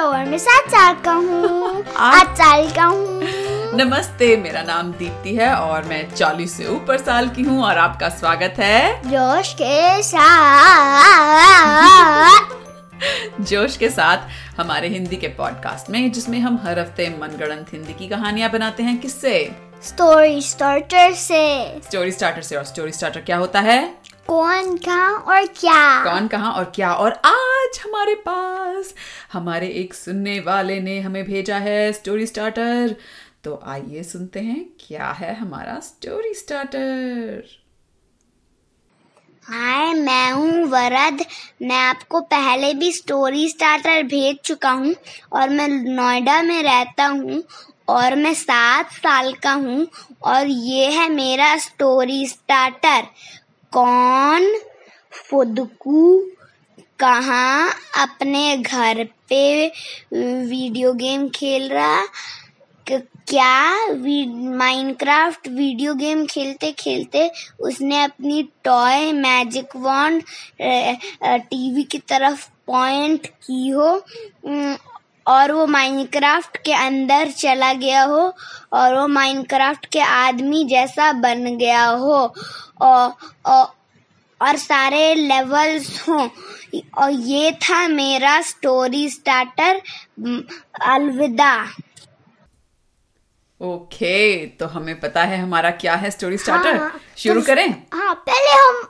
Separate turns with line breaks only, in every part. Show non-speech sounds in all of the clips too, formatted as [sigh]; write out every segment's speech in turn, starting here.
और मैं सात साल का हूँ
आठ-
आठ साल का हूँ
नमस्ते मेरा नाम दीप्ति है और मैं 40 से ऊपर साल की हूँ और आपका स्वागत है
जोश के साथ
जोश के साथ हमारे हिंदी के पॉडकास्ट में जिसमें हम हर हफ्ते मनगढ़ंत हिंदी की कहानियां बनाते हैं किससे
स्टोरी स्टार्टर से
स्टोरी स्टार्टर से और स्टोरी स्टार्टर क्या होता है
कौन कहाँ और क्या
कौन कहा और क्या और आज हमारे पास हमारे एक सुनने वाले ने हमें भेजा है स्टोरी स्टार्टर तो आइए सुनते हैं क्या है हमारा स्टोरी स्टार्टर
हाय मैं हूँ वरद मैं आपको पहले भी स्टोरी स्टार्टर भेज चुका हूँ और मैं नोएडा में रहता हूँ और मैं सात साल का हूँ और ये है मेरा स्टोरी स्टार्टर कौन फुदकू कहाँ अपने घर पे वीडियो गेम खेल रहा क- तो क्या माइनक्राफ्ट वीडियो गेम खेलते खेलते उसने अपनी टॉय मैजिक वॉन्ड टीवी की तरफ पॉइंट की हो उम, और वो माइनक्राफ्ट के अंदर चला गया हो और वो माइनक्राफ्ट के आदमी जैसा बन गया हो और, और, और सारे लेवल्स हों और ये था मेरा स्टोरी स्टार्टर उम, अलविदा
ओके तो हमें पता है हमारा क्या है स्टोरी स्टार्टर
हाँ,
शुरू
तो-
करें
हाँ पहले हम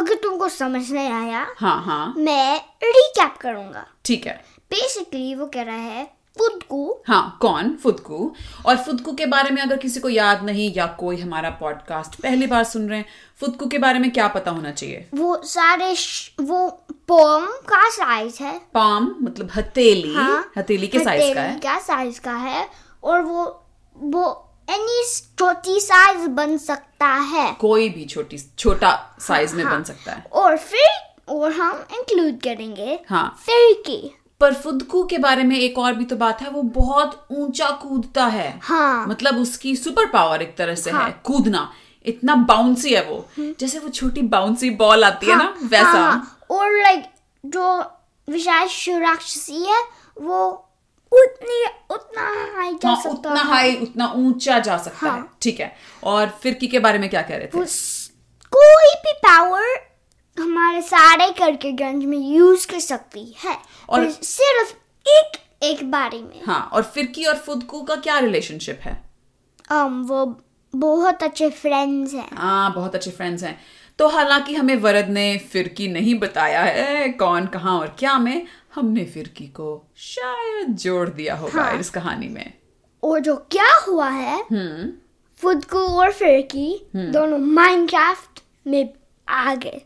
अगर तुमको समझ नहीं आया
हाँ हाँ
मैं रिकैप करूंगा
ठीक है
बेसिकली वो कह रहा है खुद को
हाँ कौन फुदकू और फुदकू के बारे में अगर किसी को याद नहीं या कोई हमारा पॉडकास्ट पहली बार सुन रहे हैं फुदकू के बारे में क्या पता होना चाहिए
वो सारे श- वो पोम का साइज है
पाम मतलब हथेली
हाँ,
हथेली के साइज का है
हथेली का साइज का है और वो वो एनी छोटी साइज बन सकता है
कोई भी छोटी छोटा साइज
हाँ,
में बन सकता है
और फिर और हम इंक्लूड करेंगे
हाँ
फिर की
पर फुदकू के बारे में एक और भी तो बात है वो बहुत ऊंचा कूदता है
हाँ।
मतलब उसकी सुपर पावर एक तरह से
हाँ। हम्म।
है कूदना इतना बाउंसी है वो जैसे वो छोटी बाउंसी बॉल आती है
हाँ।
ना वैसा
और लाइक जो विशाल राक्षसी है वो उतनी उतना हाई जा
हाँ,
सकता
उतना
है
हाई उतना ऊंचा जा सकता
हाँ।
है ठीक है और फिरकी के बारे में क्या कह रहे थे
उस- कोई भी पावर हमारे सारे करकेगंज में यूज कर सकती है
और-
और सिर्फ एक एक बारी में
हाँ और फिरकी और फुदकू का क्या रिलेशनशिप है
um, वो बहुत अच्छे फ्रेंड्स हैं
हाँ बहुत अच्छे फ्रेंड्स हैं तो हालांकि हमें वरद ने फिरकी नहीं बताया है कौन कहाँ और क्या में हमने फिरकी को शायद जोड़ दिया होगा
हाँ।
इस कहानी में
और जो क्या हुआ है खुद को और फिरकी दोनों माइनक्राफ्ट में आ गए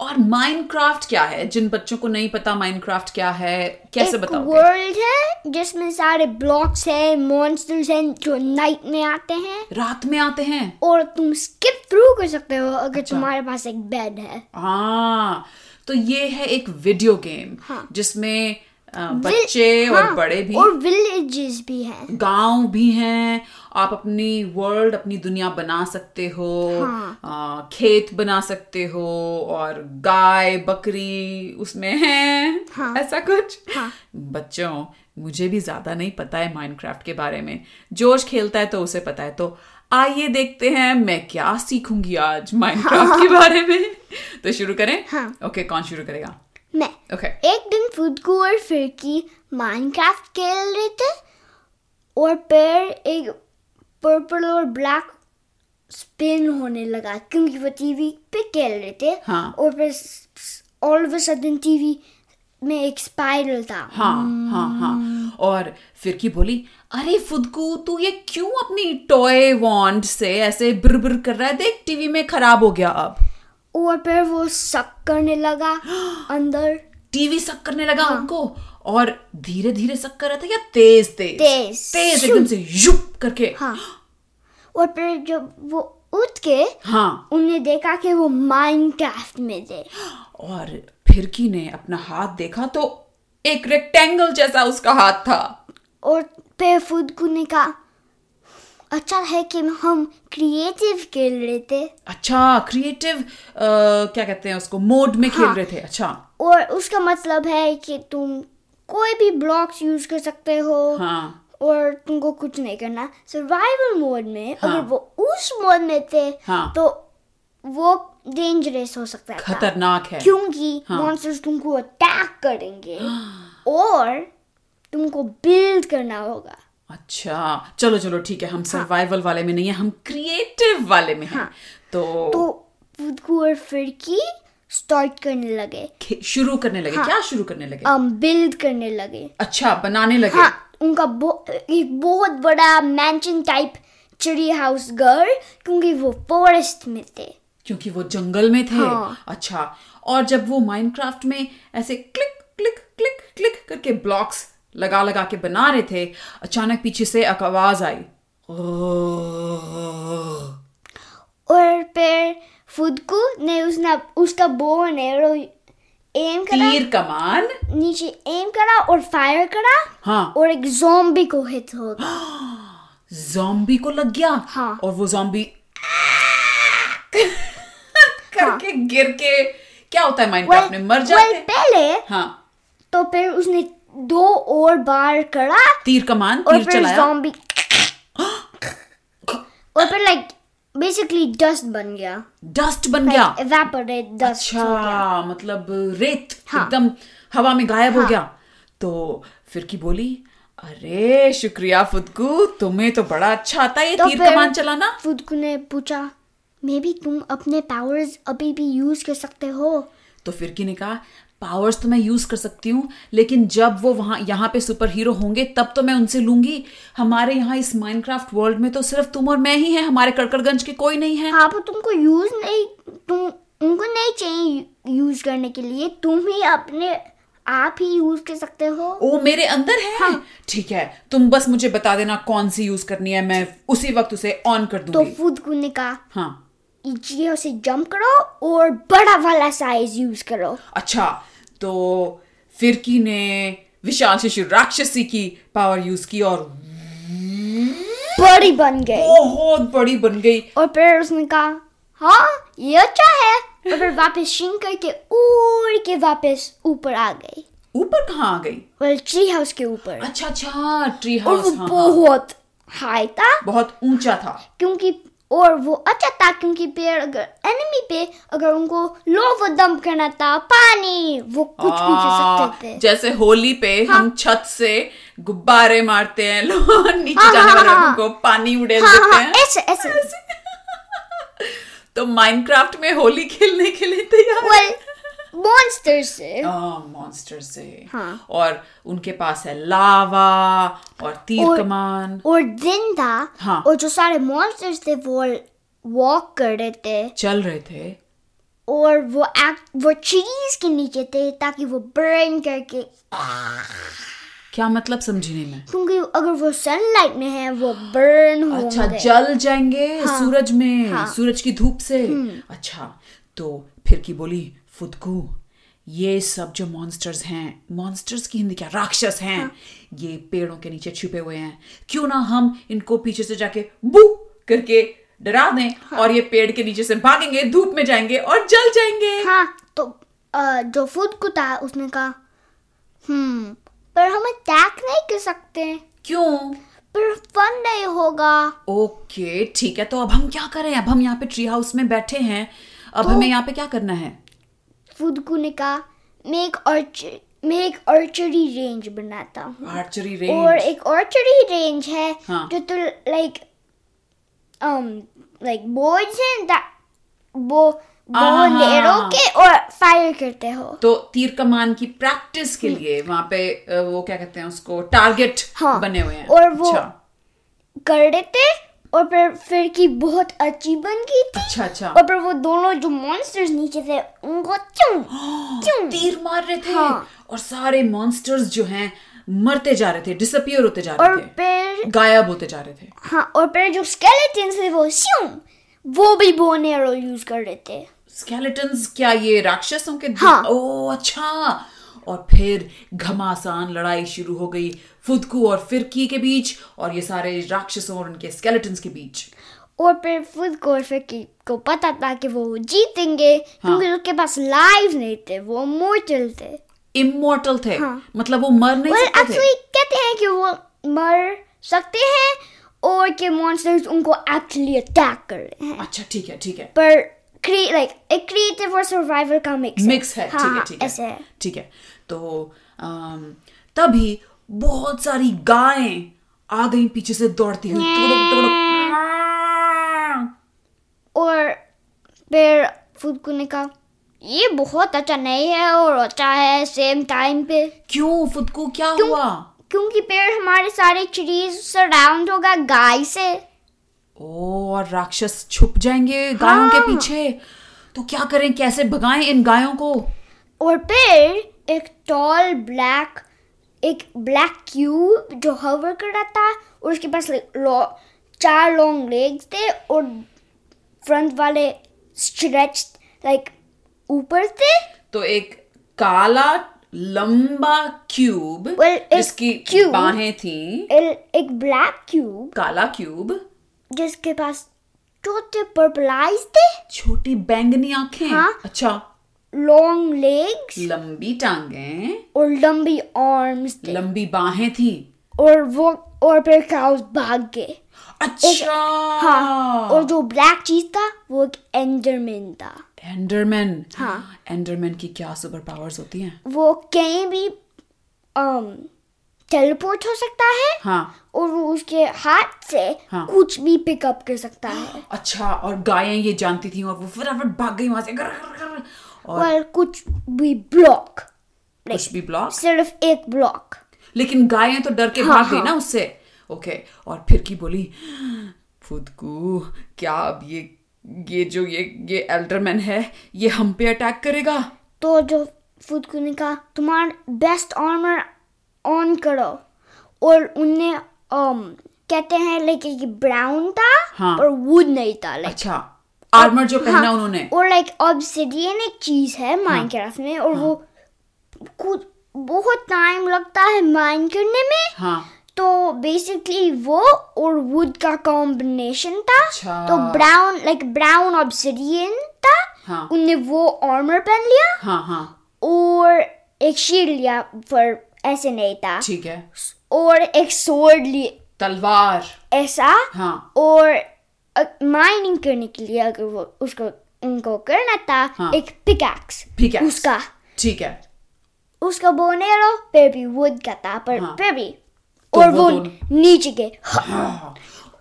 और माइनक्राफ्ट क्या है जिन बच्चों को नहीं पता माइनक्राफ्ट क्या है कैसे
एक
बताओगे
वर्ल्ड है जिसमें सारे ब्लॉक्स हैं मॉन्स्टर्स हैं जो नाइट में आते हैं
रात में आते हैं
और तुम स्किप थ्रू कर सकते हो अगर
अच्छा।
तुम्हारे पास एक बेड है
हाँ तो ये है एक वीडियो गेम
हाँ।
जिसमें अ,
विल-
बच्चे और
हाँ,
बड़े भी
और विलेजेस भी हैं
गांव भी हैं आप अपनी वर्ल्ड अपनी दुनिया बना सकते हो
हाँ।
अ, खेत बना सकते हो और गाय बकरी उसमें है
हाँ।
ऐसा कुछ
हाँ।
बच्चों मुझे भी ज्यादा नहीं पता है माइनक्राफ्ट के बारे में जोश खेलता है तो उसे पता है तो आइए देखते हैं मैं क्या सीखूंगी आज माइनक्राफ्ट
[laughs]
के बारे में तो शुरू करें
हाँ।
ओके कौन शुरू करेगा
मैं
ओके
एक दिन फुदकू और फिरकी माइनक्राफ्ट खेल रहे थे और पेड़ एक पर्पल और ब्लैक स्पिन होने लगा क्योंकि वो टीवी पे खेल रहे थे
हाँ।
और फिर all of a sudden TV में एक स्पाइरल था
हाँ हाँ हाँ और फिरकी बोली अरे फुदकू तू ये क्यों अपनी टॉय वॉन्ड से ऐसे ब्र ब्र कर रहा है देख टीवी में खराब हो गया अब
और फिर वो सक करने लगा
[gasps]
अंदर
टीवी सक करने लगा
हाँ।
उनको और धीरे धीरे सक कर रहा था या तेज तेज
तेज।
तेज एकदम से युप करके
हाँ और फिर जब वो उठ के
हाँ
उन्हें देखा कि वो माइनक्राफ्ट में थे
और फिरकी ने अपना हाथ देखा तो एक रेक्टेंगल जैसा उसका हाथ था
और फिर फुदकू ने कहा अच्छा है कि हम क्रिएटिव खेल रहे थे
अच्छा क्रिएटिव क्या कहते हैं उसको मोड में खेल
हाँ।
रहे थे अच्छा
और उसका मतलब है कि तुम कोई भी ब्लॉक्स यूज कर सकते हो
हाँ
और तुमको कुछ नहीं करना सर्वाइवल मोड में
हाँ।
अगर वो उस मोड में थे
हाँ।
तो वो डेंजरस हो सकता था
खतरनाक है
क्योंकि
हाँ।
मॉन्स्टर्स तुमको अटैक करेंगे और तुमको बिल्ड करना होगा
अच्छा चलो चलो ठीक है हम
हाँ।
सर्वाइवल वाले में नहीं है हम क्रिएटिव वाले में हैं
तो
तो
खुद को और फिरकी स्टार्ट करने लगे
खे- शुरू करने लगे
हाँ।
क्या शुरू करने लगे
हम बिल्ड करने लगे
अच्छा बनाने लगे
हाँ उनका बो, एक बहुत बड़ा मैंशन टाइप चिड़ी हाउस घर क्योंकि वो फॉरेस्ट में थे
क्योंकि वो जंगल में थे
हाँ।
अच्छा और जब वो माइनक्राफ्ट में ऐसे क्लिक क्लिक क्लिक क्लिक करके ब्लॉक्स लगा लगा के बना रहे थे अचानक पीछे से एक आवाज आई ओह।
और फिर खुद को ने उसने उसका बो ने एम करा
तीर कमान
नीचे एम करा और फायर करा
हाँ।
और एक zombie को हिट हो गया
जॉम्बी को लग गया
हाँ।
और वो जॉम्बी
[laughs]
करके
हाँ।
गिर के क्या होता है माइनक्राफ्ट में तो मर जाते
well,
हैं।
पहले
हाँ
तो फिर उसने दो और बार करा
तीर कमान
और
तीर
फिर
चलाया [gasps]
zombie और फिर लाइक बेसिकली डस्ट बन गया
डस्ट बन गया
evaporate dust हो गया
अच्छा मतलब रेत
हाँ।
एकदम हवा में गायब हो गया तो फिरकी बोली अरे शुक्रिया फुदकू तुम्हें तो बड़ा अच्छा आता है ये
तो
तीर
फिर-
कमान चलाना
फुदकू ने पूछा मे बी तुम अपने पावर्स अभी भी यूज कर सकते हो
तो फिरकी ने कहा पावर्स तो मैं यूज कर सकती हूँ लेकिन जब वो वहां यहाँ पे सुपर हीरो होंगे तब तो मैं उनसे लूंगी हमारे यहाँ इस माइनक्राफ्ट वर्ल्ड में तो सिर्फ तुम और मैं ही है हमारे कड़कड़गंज के कोई नहीं है
हाँ पर तुमको यूज नहीं तुम उनको नहीं चाहिए यूज करने के लिए तुम ही अपने आप ही यूज कर सकते हो
ओ मेरे अंदर है
हाँ।
ठीक है तुम बस मुझे बता देना कौन सी यूज करनी है मैं उसी वक्त उसे ऑन कर
तो
दूंगी
फुदकू ने कहा
हाँ
जीओ से जंप करो और बड़ा वाला साइज यूज करो
अच्छा तो फिरकी ने विशाल शिशु राक्षसी की पावर यूज की और
बड़ी बन गई
बहुत बड़ी बन गई
और फिर उसने कहा हाँ ये अच्छा है और फिर वापस शिंग करके उड़ के वापस ऊपर आ गई
ऊपर कहाँ आ गई
वेल ट्री हाउस के ऊपर
अच्छा अच्छा ट्री
और वो
हाउस हाँ, हाँ,
बहुत हाई था
बहुत ऊंचा था
क्योंकि और वो अच्छा था क्योंकि पेड़ अगर एनिमी पे अगर उनको लोव दम करना था पानी वो कुछ भी कर
आ,
सकते थे हाँ।
जैसे होली पे हम छत से गुब्बारे मारते हैं लोग [laughs] नीचे
हाँ,
जाने
हाँ,
वाले
हाँ,
लोगों को पानी उड़ेल
हाँ
देते
हाँ
हैं
ऐसे ऐसे
तो माइनक्राफ्ट में होली खेलने के लिए तैयार
वेल मॉन्स्टर से
हाँ, मॉन्स्टर से
हाँ।
और उनके पास है लावा और तीर
और-
कमान
और दिन था
हाँ।
और जो सारे मॉन्स्टर्स थे वो वॉक कर रहे थे
चल रहे थे
और वो एक्ट वो चीज के नीचे थे ताकि वो बर्न करके
क्या मतलब समझी नहीं मैं
क्योंकि अगर वो सनलाइट में है वो बर्न हो
अच्छा जल जाएंगे सूरज में
हाँ। हम्म।
सूरज की धूप से अच्छा तो फिरकी बोली फुदकू ये सब जो मॉन्स्टर्स हैं मॉन्स्टर्स की हिंदी क्या राक्षस हैं
हाँ।
ये पेड़ों के नीचे छुपे हुए हैं क्यों ना हम इनको पीछे से जाके बू करके डरा दें
हाँ।
और ये पेड़ के नीचे से भागेंगे धूप में जाएंगे और जल जाएंगे
हाँ तो अ, जो फूड को था उसने कहा हम्म पर हम अटैक नहीं कर सकते
क्यों
पर फन नहीं होगा
ओके ठीक है तो अब हम क्या करें अब हम यहाँ पे ट्री हाउस में बैठे हैं
तो
अब हमें यहाँ पे क्या करना है
फुदकू ने कहा मैं एक orchard- मैं एक आर्चरी रेंज बनाता हूँ
आर्चरी
और
रेंज
एक आर्चरी रेंज है
हाँ।
जो तो लाइक um लाइक बोर्ड्स हैं that वो वो
हाँ, हाँ,
लेरो
हाँ।
के और फायर करते हो
तो तीर कमान की प्रैक्टिस के लिए वहाँ पे अ, वो क्या कहते हैं उसको टारगेट
हाँ,
बने हुए हैं
और वो-
अच्छा
कर रहे थे और फिर फिर की बहुत अच्छी बन गई थी
अच्छा अच्छा
और फिर वो दोनों जो मॉन्स्टर्स नीचे थे उनको
[gasps]
चुम चुम
तीर मार रहे थे
हाँ।
और सारे मॉन्स्टर्स जो हैं मरते जा रहे थे डिसअपियर होते जा
और
रहे थे
फिर
गायब होते जा रहे थे
हाँ और फिर जो स्केलेटन्स थे वो श्यूम वो भी बोनेरो यूज कर रहे थे
स्केलेटन्स क्या ये राक्षसों के
हाँ।
ओ अच्छा और फिर घमासान लड़ाई शुरू हो गई फुदकू और फिरकी के बीच और ये सारे राक्षसों और उनके स्केलेटन्स के बीच
और फिर फुद को और फिर की को
हाँ।
पता था कि वो जीतेंगे क्योंकि उसके पास लाइव नहीं थे वो मोर्टल थे
इमोर्टल थे मतलब वो मर नहीं
हाँ। well,
सकते थे
actually कहते हैं कि वो मर सकते हैं और कि monsters उनको actually attack कर रहे हैं
अच्छा ठीक है ठीक है
पर create like a creative और survivor का mix
मिक्स है ठीक है
हाँ,
ठीक है
ऐसे है
ठीक है तो अम, तभी बहुत सारी गायें आ गई पीछे से दौड़ती हुई टुड़ुक, टुड़ुक।
और फिर फूड को ने कहा ये बहुत अच्छा नहीं है और अच्छा है सेम टाइम पे
क्यों खुद को क्या हुआ
क्योंकि पेड़ हमारे सारे ट्रीज सराउंड होगा गाय से
ओ और राक्षस छुप जाएंगे गायों के
हाँ।
पीछे तो क्या करें कैसे भगाएं इन गायों को
और पेड़ एक टॉल ब्लैक एक ब्लैक क्यूब जो हवर कर रहा था और उसके पास like lo- चार लॉन्ग लेग्स थे और फ्रंट वाले स्ट्रेच लाइक ऊपर थे
तो एक काला लंबा क्यूब
Well, एक
जिसकी
cube।
बाहें थी
एल- एक ब्लैक क्यूब
काला क्यूब
जिसके पास छोटे पर्पल आईज थे
छोटी बैंगनी आंखें
हाँ।
अच्छा
लॉन्ग लेग्स
लंबी टांगे
और लंबी आर्म्स थे
लंबी बाहें थी
और वो और फिर काउस भाग गए
अच्छा
हाँ और जो ब्लैक चीज था वो एक एंडरमैन था
एंडरमैन
हाँ।
एंडरमैन की क्या सुपर पावर्स होती हैं
वो कहीं भी um, टेलीपोर्ट हो सकता है
हाँ
और वो उसके हाथ से
हाँ।
कुछ भी पिकअप कर सकता है
अच्छा और गायें ये जानती थी और वो फटाफट भाग गई वहां से गर, गर, गर, और
और कुछ भी ब्लॉक
कुछ भी ब्लॉक
सिर्फ एक ब्लॉक
लेकिन गायें तो डर के
हाँ,
भाग गई ना उससे ओके और फिरकी बोली फुदकू क्या अब ये ये जो ये ये एल्डरमैन है ये हम पे अटैक करेगा
तो जो फुदकू ने कहा तुम्हारा बेस्ट आर्मर ऑन करो और उन्हें um, कहते हैं लाइक ये ब्राउन था
हाँ।
और वुड नहीं था लाइक
अच्छा आर्मर जो पहना उन्होंने
हाँ,
हाँ।
और लाइक ऑब्सिडियन एक चीज है माइनक्राफ्ट में और वो कुछ बहुत टाइम लगता है माइन करने में
हाँ
तो बेसिकली वो और वुड का कॉम्बिनेशन था
अच्छा।
तो ब्राउन लाइक ब्राउन ऑब्सिडियन था
हाँ।
उनने वो आर्मर पहन लिया
हाँ हाँ
और एक शील्ड लिया पर ऐसे नहीं था
ठीक है
और एक सोर्ड लिए
तलवार
ऐसा
हाँ
और माइनिंग करने के लिए अगर वो उसको उनको करना था
हाँ।
एक पिकैक्स
Pickaxe।
उसका
ठीक है
उसका बोनेरो फिर भी वुड का था पर
हाँ।
फिर भी
तो
और
वो
वो
दोनों- हाँ।
नीचे गए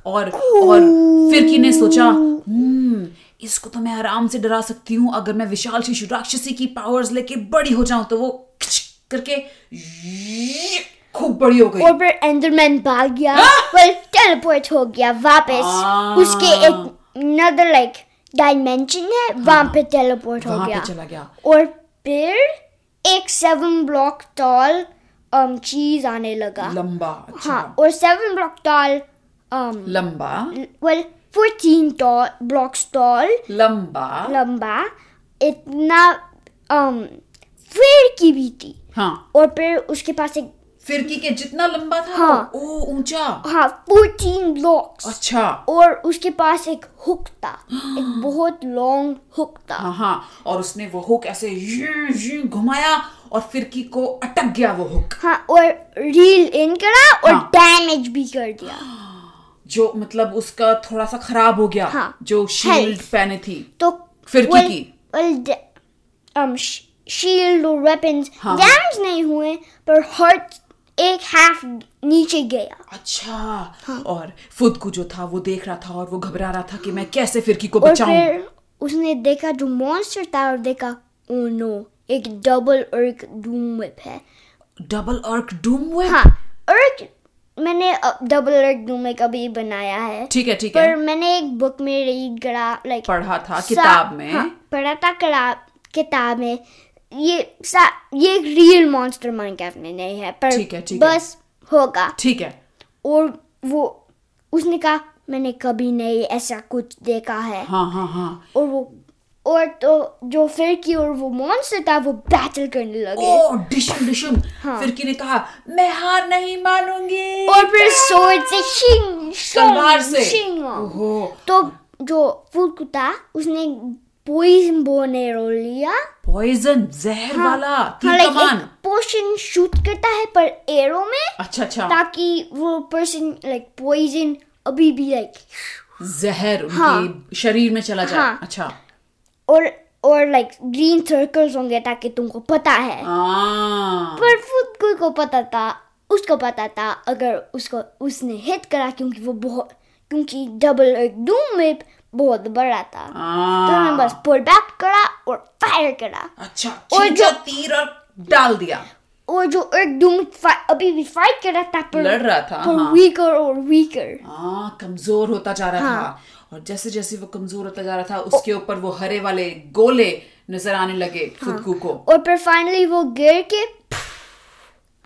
और और फिरकी ने सोचा हम्म इसको तो मैं आराम से डरा सकती हूँ अगर मैं विशाल शिशु राक्षसी की पावर्स लेके बड़ी हो जाऊं तो वो खिच करके खूब बड़ी हो गई
और फिर एंडरमैन भाग गया वेल टेलीपोर्ट हो गया वापस
हाँ।
उसके एक नदर लाइक डायमेंशन है वहां पे टेलीपोर्ट हो
वहां
गया
हाँ। पे चला गया
और फिर एक सेवन ब्लॉक टॉल um, चीज आने लगा
लंबा अच्छा
हाँ और सेवन ब्लॉक टॉल um,
लंबा
well 14 tall blocks tall
लंबा
लंबा इतना um, फिर की भी थी
हाँ
और फिर उसके पास एक
फिरकी के जितना लंबा था वो,
हाँ।
ओ ऊंचा
हाँ 14 blocks
अच्छा
और उसके पास एक हुक था एक बहुत लॉन्ग हुक था
हाँ हाँ और उसने वो हुक ऐसे यूं, यूं घुमाया और फिरकी को अटक गया वो हुक
हाँ और रील इन करा और
हाँ।
डैमेज भी कर दिया
जो मतलब उसका थोड़ा सा खराब हो गया
हाँ।
जो शील्ड
Health।
पहने थी
तो
फिर की की?
well, um, शील्ड और वेपन्स
हाँ।
डैमेज नहीं हुए पर हर्ट एक हाफ नीचे गया
अच्छा
हाँ।
और फुदकू जो था वो देख रहा था और वो घबरा रहा था कि मैं कैसे फिरकी को
और
बचाऊं
फिर उसने देखा जो मॉन्स्टर था और देखा ओ नो एक डबल अर्क डूम whip है
डबल अर्क डूम हुए
हाँ अर्क मैंने uh, डबल अर्क डूम whip अभी बनाया है
ठीक है ठीक
पर
है
मैंने एक बुक में रीड करा लाइक
पढ़ा था किताब में
हाँ। पढ़ा था करा किताब में ये सा, ये एक रियल मॉन्स्टर माइनक्राफ्ट में नहीं है पर
ठीक है, ठीक है।
बस होगा
ठीक है
और वो उसने कहा मैंने कभी नहीं ऐसा कुछ देखा है
हाँ हाँ हाँ
और वो और तो जो फिर की और वो मॉन्स्टर था वो बैटल करने लगे
ओ डिशम डिशम फिरकी ने कहा मैं हार नहीं मानूंगी
हाँ। और फिर सोच से शिंग
तलवार से
शिंग
ओहो
तो जो फूल था उसने पॉइजन बोनेरो लिया
पॉइजन जहर वाला तीर
लाइक
कमान
हाँ। एक पोशन शूट करता है पर एरो में
अच्छा अच्छा
ताकि वो पर्सन लाइक पॉइजन अभी भी लाइक
जहर उनके
हाँ।
शरीर में चला जाए
हाँ।
अच्छा
और और लाइक ग्रीन सर्कल्स होंगे ताकि तुमको पता है
हाँ। आ,
पर फुदकुल को पता था उसको पता था अगर उसको उसने हिट करा क्योंकि वो बहुत क्योंकि डबल डूम में बहुत बड़ा था तो
आ,
हमने बस पुल बैक करा और फायर करा
अच्छा
और
और
जो-
जो तीर और डाल दिया
और जो एक डूम अभी भी फाइट कर रहा था पर
लड़ रहा था
पर
हाँ
वीकर और वीकर
आ, कमजोर होता जा रहा
हाँ।
था और जैसे जैसे वो कमजोर होता जा रहा था उसके ऊपर वो हरे वाले गोले नजर आने लगे
हाँ।
फुदकू को
और पर फाइनली वो गिर के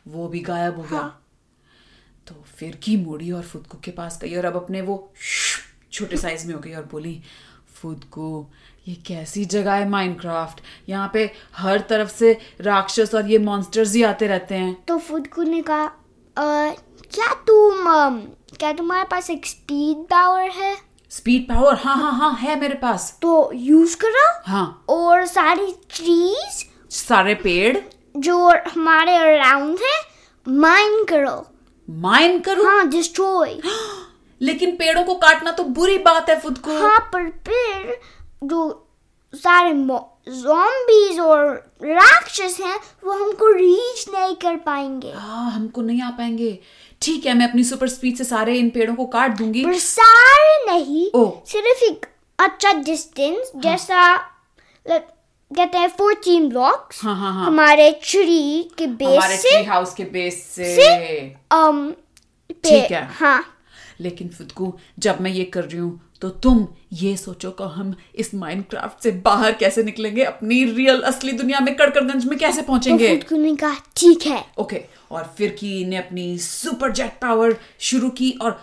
वो भी गायब हो गया
हाँ।
तो फिरकी मुड़ी और फुदकू के पास गई और अब अपने वो छोटे साइज में हो गई और बोली फुदकू ये कैसी जगह है माइनक्राफ्ट यहाँ पे हर तरफ से राक्षस और ये मॉन्स्टर्स ही आते रहते हैं
तो फुदकू ने कहा "अ, क्या तुम अम, क्या तुम्हारे पास एक स्पीड पावर है
स्पीड पावर हाँ हाँ हाँ है मेरे पास
तो यूज करो
हाँ
और सारी चीज
सारे पेड़
जो हमारे अराउंड है माइन करो
माइन करूं
हाँ डिस्ट्रॉय
लेकिन पेड़ों को काटना तो बुरी बात है फुदकू
हाँ पर फिर जो सारे zombies और राक्षस हैं वो हमको रीच नहीं कर पाएंगे
हाँ हमको नहीं आ पाएंगे ठीक है मैं अपनी सुपर स्पीड से सारे इन पेड़ों को काट दूंगी
पर सारे नहीं
ओ।
सिर्फ एक अच्छा डिस्टेंस जैसा like, कहते हैं फोर्टीन ब्लॉक्स
हाँ, हाँ, हाँ।
हमारे ट्री के
हमारे
बेस से
ट्री हाउस के बेस
से?
से
um, पे-
ठीक है।
हाँ
लेकिन फुदकू जब मैं ये कर रही हूँ तो तुम ये सोचो कि हम इस माइनक्राफ्ट से बाहर कैसे निकलेंगे अपनी रियल असली दुनिया में कड़कड़गंज में कैसे
तो
पहुंचेंगे
फुदकू ने कहा ठीक है
ओके और फिरकी ने अपनी सुपर जेट पावर शुरू की और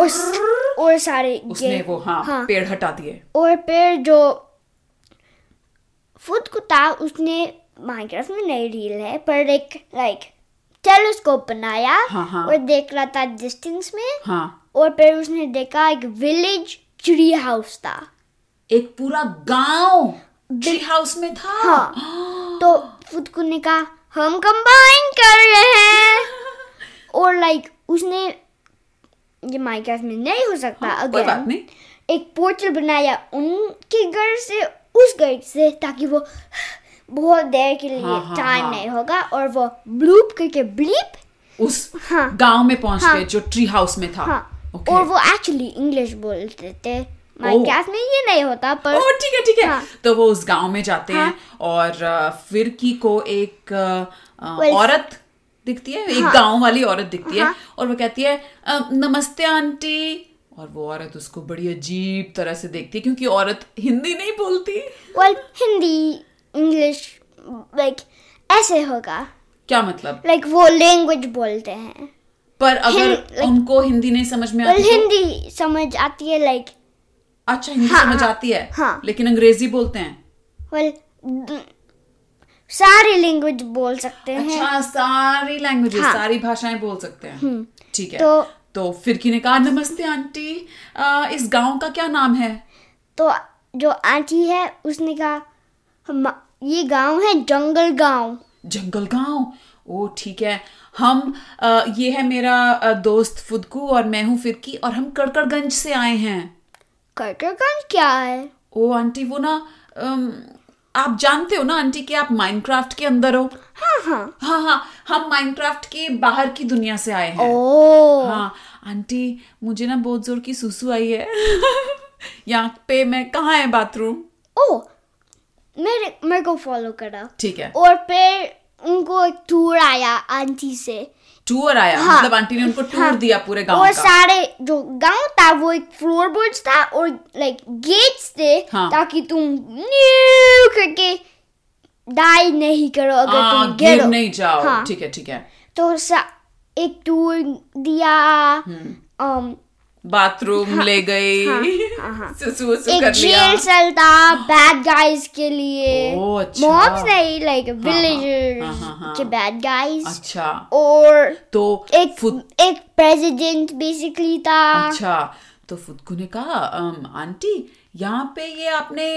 और स- और सारे
उसने
ये-
वो हाँ, पेड़ हटा दिए
और फिर जो फुद को था उसने माइनक्राफ्ट में नहीं रील है पर एक लाइक टेलीस्कोप बनाया
हाँ, हाँ।
और देख रहा था डिस्टेंस में
हाँ
और फिर उसने देखा एक विलेज ट्री हाउस था
एक पूरा गांव ट्री हाउस में था
हाँ तो फुदकू ने कहा हम कंबाइन कर रहे
[laughs]
हैं और लाइक उसने ये माइनक्राफ्ट में नहीं हो सकता
हाँ, कोई
अगर
बात नहीं
एक पोर्टल बनाया उनके घर से उस घर से ताकि वो बहुत देर के लिए
हाँ, हाँ,
टाइम
हाँ।
नहीं होगा और वो ब्लूप करके ब्लीप
उस
हाँ।
गांव में पहुंच
हाँ।
गए जो ट्री हाउस में था
हाँ
ओके
और वो एक्चुअली इंग्लिश बोलते थे
Oh।
माइनक्राफ्ट में ये नहीं होता पर
ओ ठीक है ठीक है
हाँ।
तो वो उस गांव में जाते
हाँ।
हैं और अ, फिरकी को एक अ, अ,
Well-
औरत दिखती है एक
हाँ।
गांव वाली औरत दिखती है
हाँ।
और वो कहती है "अ, नमस्ते आंटी और वो औरत उसको बड़ी अजीब तरह से देखती है क्योंकि औरत हिंदी नहीं बोलती
well हिंदी इंग्लिश लाइक ऐसे होगा
क्या मतलब
लाइक वो लैंग्वेज बोलते हैं
पर अगर
हिं- like-
उनको हिंदी नहीं समझ में
well
आती तो-
हिंदी समझ आती है लाइक
अच्छा हिंदी
हाँ,
समझ
हाँ,
आती है
हाँ।
लेकिन अंग्रेजी बोलते हैं
well सारे लैंग्वेज बोल सकते हैं
अच्छा सारी लैंग्वेजेस
हाँ।
सारी भाषाएं बोल सकते हैं ठीक है
तो-
तो फिरकी ने कहा नमस्ते आंटी अ, इस गांव का क्या नाम है
तो जो आंटी है उसने कहा हम ये गांव है जंगल गांव
जंगल गांव ओ ठीक है हम अ, ये है मेरा अ, दोस्त फुदकू और मैं हूँ फिरकी और हम कड़कड़गंज से आए हैं
करकरगंज क्या है
ओ आंटी वो ना अम, आप जानते हो ना आंटी कि आप माइनक्राफ्ट के अंदर हो
हाँ हाँ
हाँ हाँ हम माइनक्राफ्ट के बाहर की दुनिया से आए हैं
ओ
हाँ आंटी मुझे ना बहुत जोर की सुसु आई है [laughs] यहाँ पे मैं कहाँ है बाथरूम
ओ मेरे मेरे को फॉलो करा
ठीक है
और फिर उनको एक टूर आया आंटी से
टूर आया
हाँ।
मतलब आंटी ने उनको टूर
हाँ।
दिया पूरे गांव
और
का
सारे जो गांव था वो एक फ्लोर बोर्ड था और लाइक गेट्स थे
हाँ।
ताकि तुम न्यू करके डाई नहीं करो अगर
आ,
तुम
गिर
गिरो।
हाँ, नहीं जाओ
हाँ।
ठीक है ठीक है
तो सा, एक टूर दिया
हम्म.
um,
बाथरूम ले गई
हाँ, हाँ,
[laughs]
हाँ।
सुसु वुसु
एक
कर लिया
जेल सेल था बैड गाइस के लिए
ओह, अच्छा।
मॉब्स नहीं लाइक
हाँ,
विलेजर्स
हाँ, हाँ।
के बैड गाइस
अच्छा
और
तो
एक
फुद
एक प्रेसिडेंट बेसिकली था
अच्छा तो फुदकू ने कहा "अम, आंटी यहाँ पे ये आपने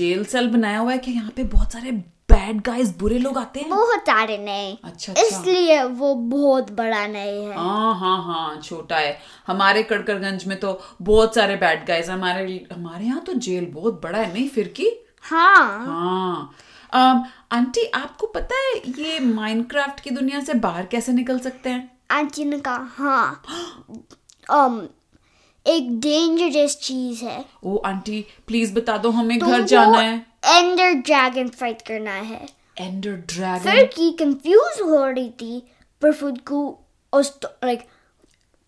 जेल सेल बनाया हुआ है कि यहाँ पे बहुत सारे बैड गाइस बुरे लोग आते हैं
बहुत सारे नहीं
अच्छा अच्छा
इसलिए वो बहुत बड़ा नहीं है
हाँ हाँ हाँ छोटा है हमारे कड़कड़गंज में तो बहुत सारे बैड गाइस हमारे हमारे यहाँ तो जेल बहुत बड़ा है नहीं फिर की
हाँ
हाँ अम, आंटी आपको पता है ये माइनक्राफ्ट की दुनिया से बाहर कैसे निकल सकते हैं
आंटी ने कहा हाँ um, एक डेंजरस चीज है
ओ आंटी प्लीज बता दो हमें घर
तुमको
जाना है
एंडर ड्रैगन फाइट करना है
एंडर ड्रैगन
फिर की कंफ्यूज हो रही थी पर खुद को तो, लाइक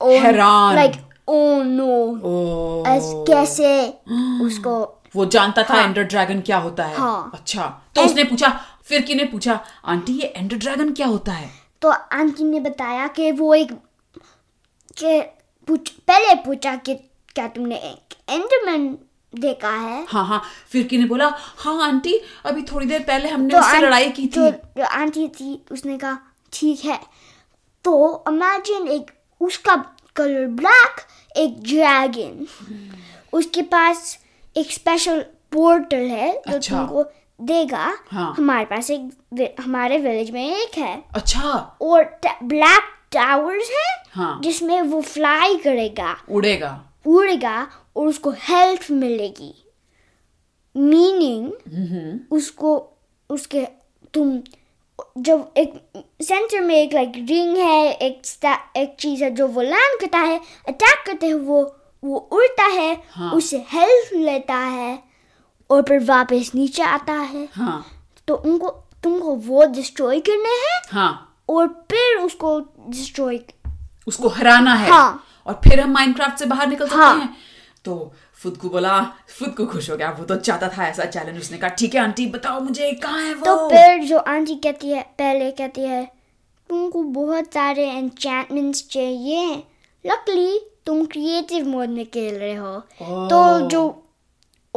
हैरान। Oh।
Like oh no
oh
oh कैसे उसको
वो जानता था एंडर ड्रैगन क्या होता है
हाँ।
अच्छा तो उसने पूछा फिरकी ने पूछा आंटी ये एंडर ड्रैगन क्या होता है
तो आंटी ने बताया कि वो एक के पूछ पहले पूछा कि क्या तुमने एक एंडरमैन देखा है
हाँ हाँ फिरकी ने बोला हाँ आंटी अभी थोड़ी देर पहले हमने
तो
उससे
आं-
लड़ाई की थी
तो जो आंटी थी उसने कहा ठीक है तो इमेजिन एक उसका कलर ब्लैक एक ड्रैगन
हम्म।
उसके पास एक स्पेशल पोर्टल है जो
अच्छा।
तुमको देगा
हाँ।
हमारे पास एक वि- हमारे विलेज में एक है
अच्छा
और ब्लैक टावर्स है
हाँ।
जिसमें वो फ्लाई करेगा
उड़ेगा
उड़ेगा और उसको हेल्थ मिलेगी मीनिंग उसको उसके तुम जब एक सेंटर में एक लाइक रिंग है एक sta- एक चीज है जो वो लैंड करता है अटैक करते हैं वो वो उड़ता है
हाँ।
उससे हेल्थ लेता है और फिर वापस नीचे आता है
हाँ
तो उनको तुमको वो डिस्ट्रॉय करने हैं
हाँ
और फिर उसको डिस्ट्रॉय
उसको हराना है
हाँ।
और फिर हम माइनक्राफ्ट से बाहर निकल सकते
हाँ।
हैं तो फुदकू बोला फुदकू खुश हो गया वो तो चाहता था ऐसा चैलेंज उसने कहा ठीक है आंटी बताओ मुझे कहाँ है वो
तो फिर जो आंटी कहती है पहले कहती है तुमको बहुत सारे एन्चैंटमेंट्स चाहिए लकली तुम क्रिएटिव मोड में खेल रहे हो तो
ओह।
जो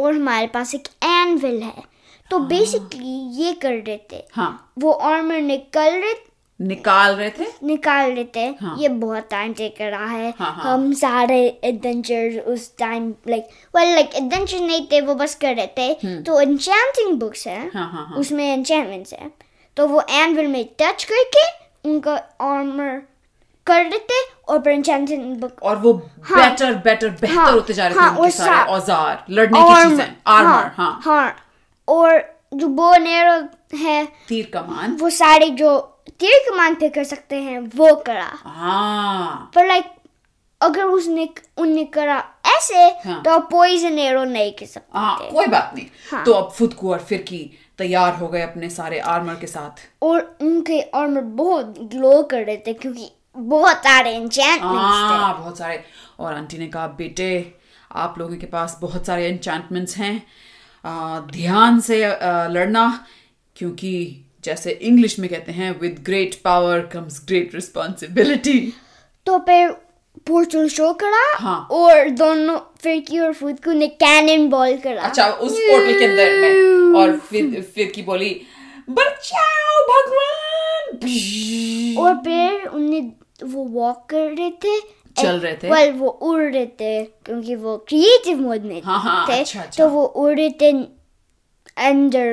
और हमारे पास एक एनविल है तो बेसिकली ये कर रहे थे
हाँ
वो आर्मर निकल रहे
निकाल रहे थे
निकाल लेते हैं
हाँ।
ये बहुत टाइम टेक रहा है
हाँ, हाँ।
हम सारे एडवेंचर उस time like well like adventure नहीं थे वो बस कर रहे थे तो एन्चैंटिंग बुक्स है
हम्म। हाँ, हाँ, हाँ।
उसमें एन्चैंटमेंट्स है तो वो एनविल में टच करके उनका आर्मर कर रहे थे और फिर एन्चैंटिंग बुक
और वो
हाँ।
बेटर बेटर बेहतर
हाँ,
होते जा रहे
हाँ,
थे
और
उनके सारे
सा-
औजार लड़ने की चीजें आर्मर हाँ
हाँ और जो बो एरो है
तीर कमान
वो सारे जो तीर कमान पे कर सकते हैं वो करा
हाँ
पर लाइक अगर उसने उनने करा ऐसे
हाँ।
तो पॉइजन एरो नहीं कर सकते
हाँ
थे।
कोई बात नहीं
हाँ।
तो अब फुदकू और फिरकी तैयार हो गए अपने सारे आर्मर के साथ
और उनके आर्मर बहुत ग्लो कर रहे थे क्योंकि बहुत सारे एन्चैंटमेंट्स थे
हाँ बहुत सारे और आंटी ने कहा बेटे आप लोगों के पास बहुत सारे एन्चैंटमेंट्स हैं आ, ध्यान से आ, लड़ना क्योंकि जैसे इंग्लिश में कहते हैं with great power comes great responsibility
तो फिर पोर्टल शो करा
हाँ।
और दोनों फिरकी और फुदकू ने कैनन बॉल करा
अच्छा उस पोर्टल के अंदर में और फिर फिर की बोली बचाओ भगवान
और फिर उनने वो वॉक कर रहे थे
चल रहे थे।
वेल वो उड़ रहे थे क्योंकि वो क्रिएटिव मोड में
हाँ, हाँ,
थे
अच्छा, अच्छा।
तो वो उड़ रहे थे अंडर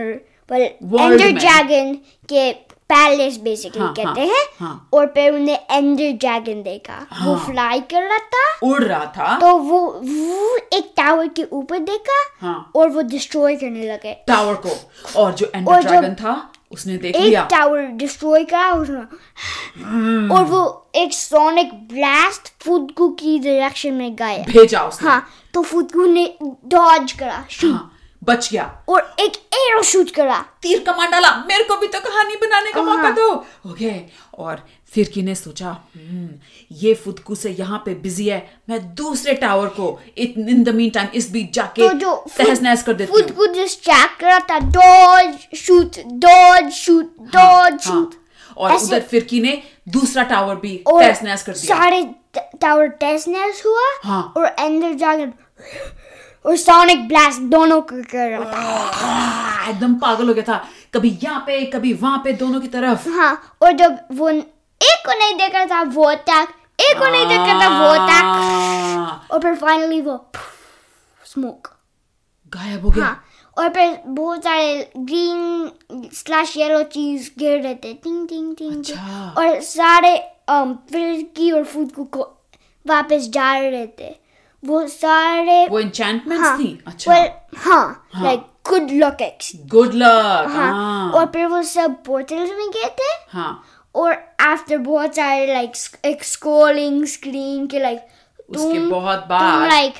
वेल
World
एंडर
में।
ड्रैगन के पैलेस बेसिकली
हाँ,
कहते
हाँ,
हैं
हाँ।
और फिर उन्हें एंडर ड्रैगन देखा वो
हाँ।
फ्लाई कर रहा था
उड़ रहा था
तो वो, वो एक टावर के ऊपर देखा
हाँ।
और वो डिस्ट्रॉय करने लगे
टावर को और जो एंडर
और जो-
ड्रैगन था उसने देख लिया
एक टावर डिस्ट्रॉय करा उसने और वो एक सोनिक ब्लास्ट फुदकू की डायरेक्शन में गया
भेजा उसने
हाँ तो फुदकू ने डॉज करा shoot,
हाँ, बच गया
और एक एरो शूट करा
तीर कमान डाला मेरे को भी तो कहानी बनाने का मौका
हाँ।
दो ओके और फिरकी ने सोचा "हम्म, ये फुदकू से यहाँ पे बिजी है मैं दूसरे टावर को इन द मीन टाइम इस बीच जाके
तो जो
तहस नहस कर देती हूँ
फुदकू डिस्ट्रैक्ट करा था dodge shoot dodge shoot dodge
हाँ,
शूट
और
ऐसे-
उधर फिरकी ने दूसरा टावर भी
और
तहस नहस कर दिया
सारे टावर टेस्ट नैस हुआ
हाँ।
और एंडर ड्रैगन और सोनिक ब्लास्ट दोनों को कर रहा था
आह, हाँ, एकदम पागल हो गया था कभी यहाँ पे कभी वहां पे दोनों की तरफ
हाँ और जब वो एक को नहीं देखा था वो अटैक एक को नहीं देखा था वो अटैक
आह,
और फिर फाइनली वो स्मोक
गायब हो गया
हाँ और फिर बहुत सारे ग्रीन स्लैश येलो चीज गिर रहे थे टिंग टिंग टिंग टिंग।
अच्छा।
और सारे अम, फिरकी और फूद को को वापस डाल रहे थे वो सारे
वो enchantments
हाँ
थी अच्छा
well, हाँ like good luck x
good luck
हाँ
हाँ
और फिर वो सब पोर्टल्स में गए थे
हाँ
और आफ्टर बहुत सारे लाइक एक स्क्रोलिंग स्क्रीन के लाइक
उसके बहुत
तुम
बाद
like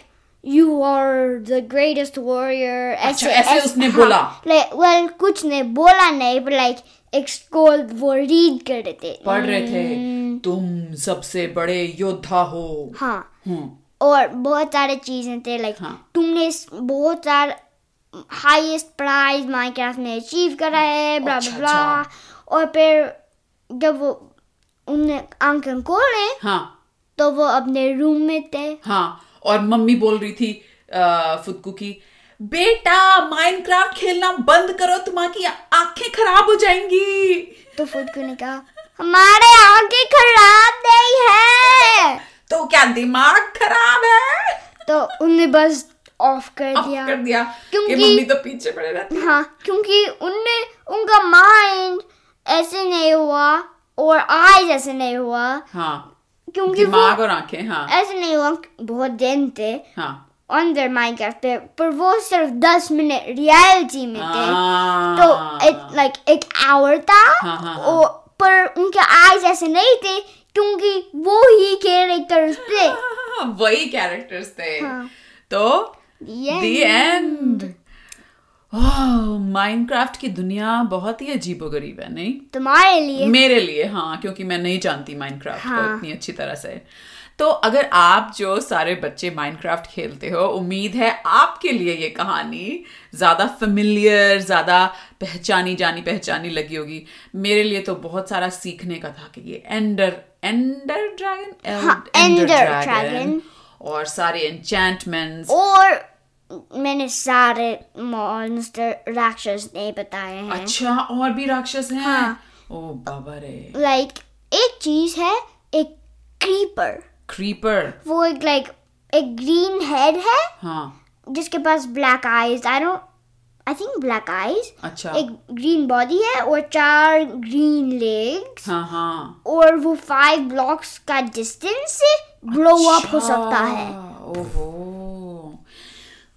you are the greatest warrior
अच्छा, ऐसे उसने बोला।
लाइक वेल हाँ, कुछ ने बोला नहीं पर लाइक एक स्क्रोल वो रीड कर रहे थे
पढ़ रहे
Hmm.
थे तुम सबसे बड़े योद्धा हो
हाँ
हम्म,
और बहुत सारे चीजें थे लाइक
हाँ।
तुमने इस- बहुत सारे हाईएस्ट प्राइज माइनक्राफ्ट में अचीव करा है ब्ला
अच्छा,
ब्ला और फिर जब वो उनने आंखें खोले
हाँ
तो वो अपने रूम में थे
हाँ और मम्मी बोल रही थी अ, फुदकू की बेटा माइनक्राफ्ट खेलना बंद करो तुम्हारी आंखें खराब हो जाएंगी
तो फुदकू ने कहा हमारे आंखें खराब नहीं है
तो क्या दिमाग खराब है
तो उनने बस ऑफ कर
Off
दिया
कर दिया कि
क्योंकि-
मम्मी तो पीछे पड़े रहती
हाँ क्योंकि उनने उनका माइंड ऐसे नहीं हुआ और आईज ऐसे नहीं हुआ
हाँ
क्योंकि वो
दिमाग और आंखें हाँ
ऐसे नहीं हुआ बहुत दिन थे
हाँ
अंदर माइनक्राफ्ट पे पर वो सिर्फ दस मिनट रियलिटी में थे तो
हाँ
एक लाइक एक आवर था
हाँ, हाँ, हाँ।
और पर उनके आईज ऐसे नहीं थे क्योंकि वो ही कैरेक्टर्स थे
हाँ, वही कैरेक्टर्स थे
हाँ।
तो
ये
the end ओह माइनक्राफ्ट की दुनिया बहुत ही अजीबोगरीब है नहीं
तुम्हारे लिए
मेरे लिए हाँ क्योंकि मैं नहीं जानती माइनक्राफ्ट को
हाँ।
इतनी अच्छी तरह से तो अगर आप जो सारे बच्चे माइनक्राफ्ट खेलते हो उम्मीद है आपके लिए ये कहानी ज्यादा फेमिलियर ज्यादा पहचानी जानी पहचानी लगी होगी मेरे लिए तो बहुत सारा सीखने का था कि ये एंडर एंडर ड्रैगन
हाँ, Ender Dragon। Oh,
और सारे एन्चेंटमेंट्स
और मैंने सारे मॉन्स्टर राक्षस नहीं बताए हैं
अच्छा और भी राक्षस हैं
हाँ।
ओ बाबा रे
लाइक एक चीज है एक क्रीपर
क्रीपर
वो एक लाइक एक ग्रीन हेड है
हाँ
जिसके पास black eyes I don't I think black eyes
अच्छा
एक ग्रीन बॉडी है और चार ग्रीन लेग्स
हाँ हाँ
और वो फाइव ब्लॉक्स का डिस्टेंस से ग्लो अप हो सकता है
अच्छा, ओहो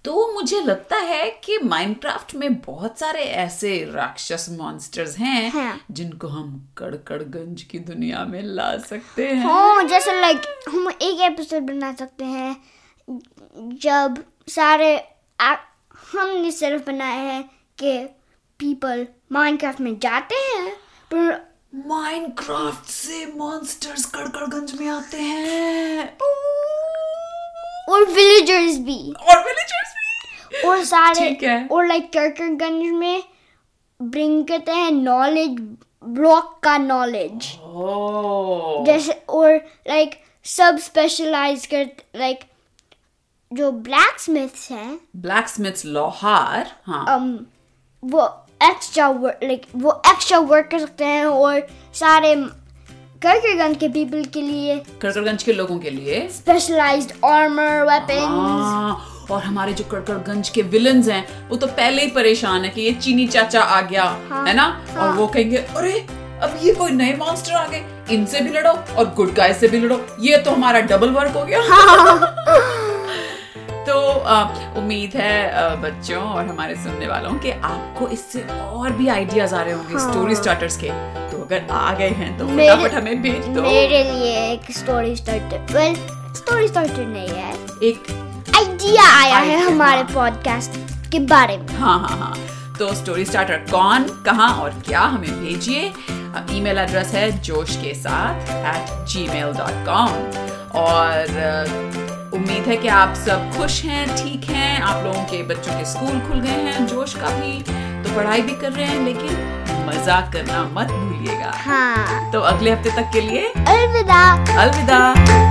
तो मुझे लगता है कि माइनक्राफ्ट में बहुत सारे ऐसे राक्षस मॉन्स्टर्स हैं
हाँ।
जिनको हम कड़कड़गंज की दुनिया में ला सकते हैं
हाँ जैसे लाइक हम एक एपिसोड बना सकते हैं जब सारे आ, हमने सिर्फ बनाया है कि पीपल माइनक्राफ्ट में जाते हैं पर
माइनक्राफ्ट से मॉन्स्टर्स कड़कड़गंज में आते हैं
और विलेजर्स भी
और विलेजर्स भी
और सारे
ठीक है।
और लाइक करकरगंज में ब्रिंग करते हैं नॉलेज ब्लॉक का नॉलेज
ओह
जैसे और लाइक सब स्पेशलाइज कर लाइक जो ब्लैक स्मिथ्स हैं
ब्लैक लोहार हाँ
um, वो एक्स्ट्रा वर्क लाइक वो एक्स्ट्रा वर्क कर सकते हैं और सारे करकरगंज के पीपल के लिए
कड़कड़गंज के लोगों के लिए
स्पेशलाइज्ड आर्मर वेपन्स
हाँ, और हमारे जो कड़कड़गंज के विलन हैं वो तो पहले ही परेशान है कि ये चीनी चाचा आ गया
हाँ,
है ना
हाँ।
और वो कहेंगे अरे अब ये कोई नए मॉन्स्टर आ गए इनसे भी लड़ो और गुड गाय से भी लड़ो ये तो हमारा डबल वर्क हो गया [laughs] तो अ, उम्मीद है अ, बच्चों और हमारे सुनने वालों के आपको इससे और भी आइडियाज आ रहे होंगे स्टोरी स्टार्टर्स के तो अगर आ गए हैं तो
हाँ। मेरे-
फटाफट हमें भेज दो
मेरे लिए एक story starter well story starter नहीं है
एक
आइडिया आया है
Idea,
हमारे
हाँ।
पॉडकास्ट के बारे में
हाँ हाँ हाँ तो स्टोरी स्टार्टर कौन कहाँ और क्या हमें भेजिए ईमेल एड्रेस है जोश के साथ at Gmail dot com और अ, उम्मीद है कि आप सब खुश हैं ठीक हैं आप लोगों के बच्चों के स्कूल खुल गए हैं जोश का भी तो पढ़ाई भी कर रहे हैं लेकिन मजा करना मत भूलिएगा
हाँ
तो अगले हफ्ते तक के लिए
अलविदा
अलविदा